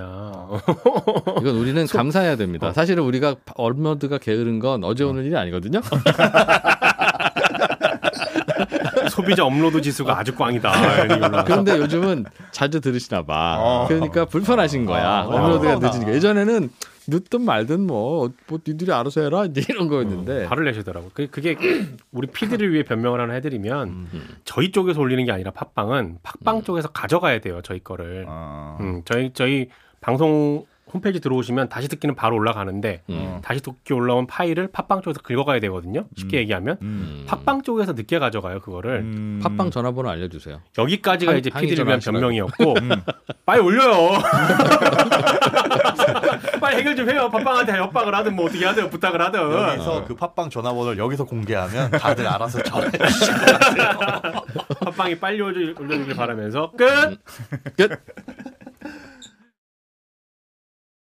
[SPEAKER 1] 이건 우리는 감사해야 됩니다. 사실은 우리가 얼머드가 게으른 건 어제 오는 일이 아니거든요.
[SPEAKER 2] 소비자 업로드 지수가 아주 꽝이다. 이런 걸로.
[SPEAKER 1] 그런데 요즘은 자주 들으시나 봐. 그러니까 불편하신 거야. 얼머드가 늦으니까. 예전에는 늦든 말든 뭐, 뭐 니들이 알아서 해라 이제 이런 거였는데.
[SPEAKER 2] 화를 내시더라고. 그, 그게 우리 PD를 위해 변명을 하나 해드리면 저희 쪽에서 올리는 게 아니라 팟빵은 팟빵 쪽에서 가져가야 돼요. 저희 거를.
[SPEAKER 5] 아,
[SPEAKER 2] 음, 저희 저희 방송 홈페이지 들어오시면 다시 듣기는 바로 올라가는데
[SPEAKER 1] 음.
[SPEAKER 2] 다시 듣기 올라온 파일을 팟빵 쪽에서 긁어가야 되거든요. 쉽게 얘기하면
[SPEAKER 5] 음.
[SPEAKER 1] 음.
[SPEAKER 2] 팟빵 쪽에서 늦게 가져가요 그거를.
[SPEAKER 5] 음.
[SPEAKER 1] 팟빵 전화번호 알려주세요.
[SPEAKER 2] 여기까지가
[SPEAKER 1] 항-
[SPEAKER 2] 이제
[SPEAKER 1] 항의
[SPEAKER 2] PD를 위한
[SPEAKER 1] 전화하시라고.
[SPEAKER 2] 변명이었고 빨리 올려요. 빨리 해결 좀 해요. 팟빵한테 협박을 하든 뭐 어떻게 하든 부탁을 하든.
[SPEAKER 4] 여기서 그 팟빵 전화번호를 여기서 공개하면 다들 알아서 전해
[SPEAKER 2] 팟빵이 빨리 올려- 올려주길 바라면서 끝.
[SPEAKER 1] 끝!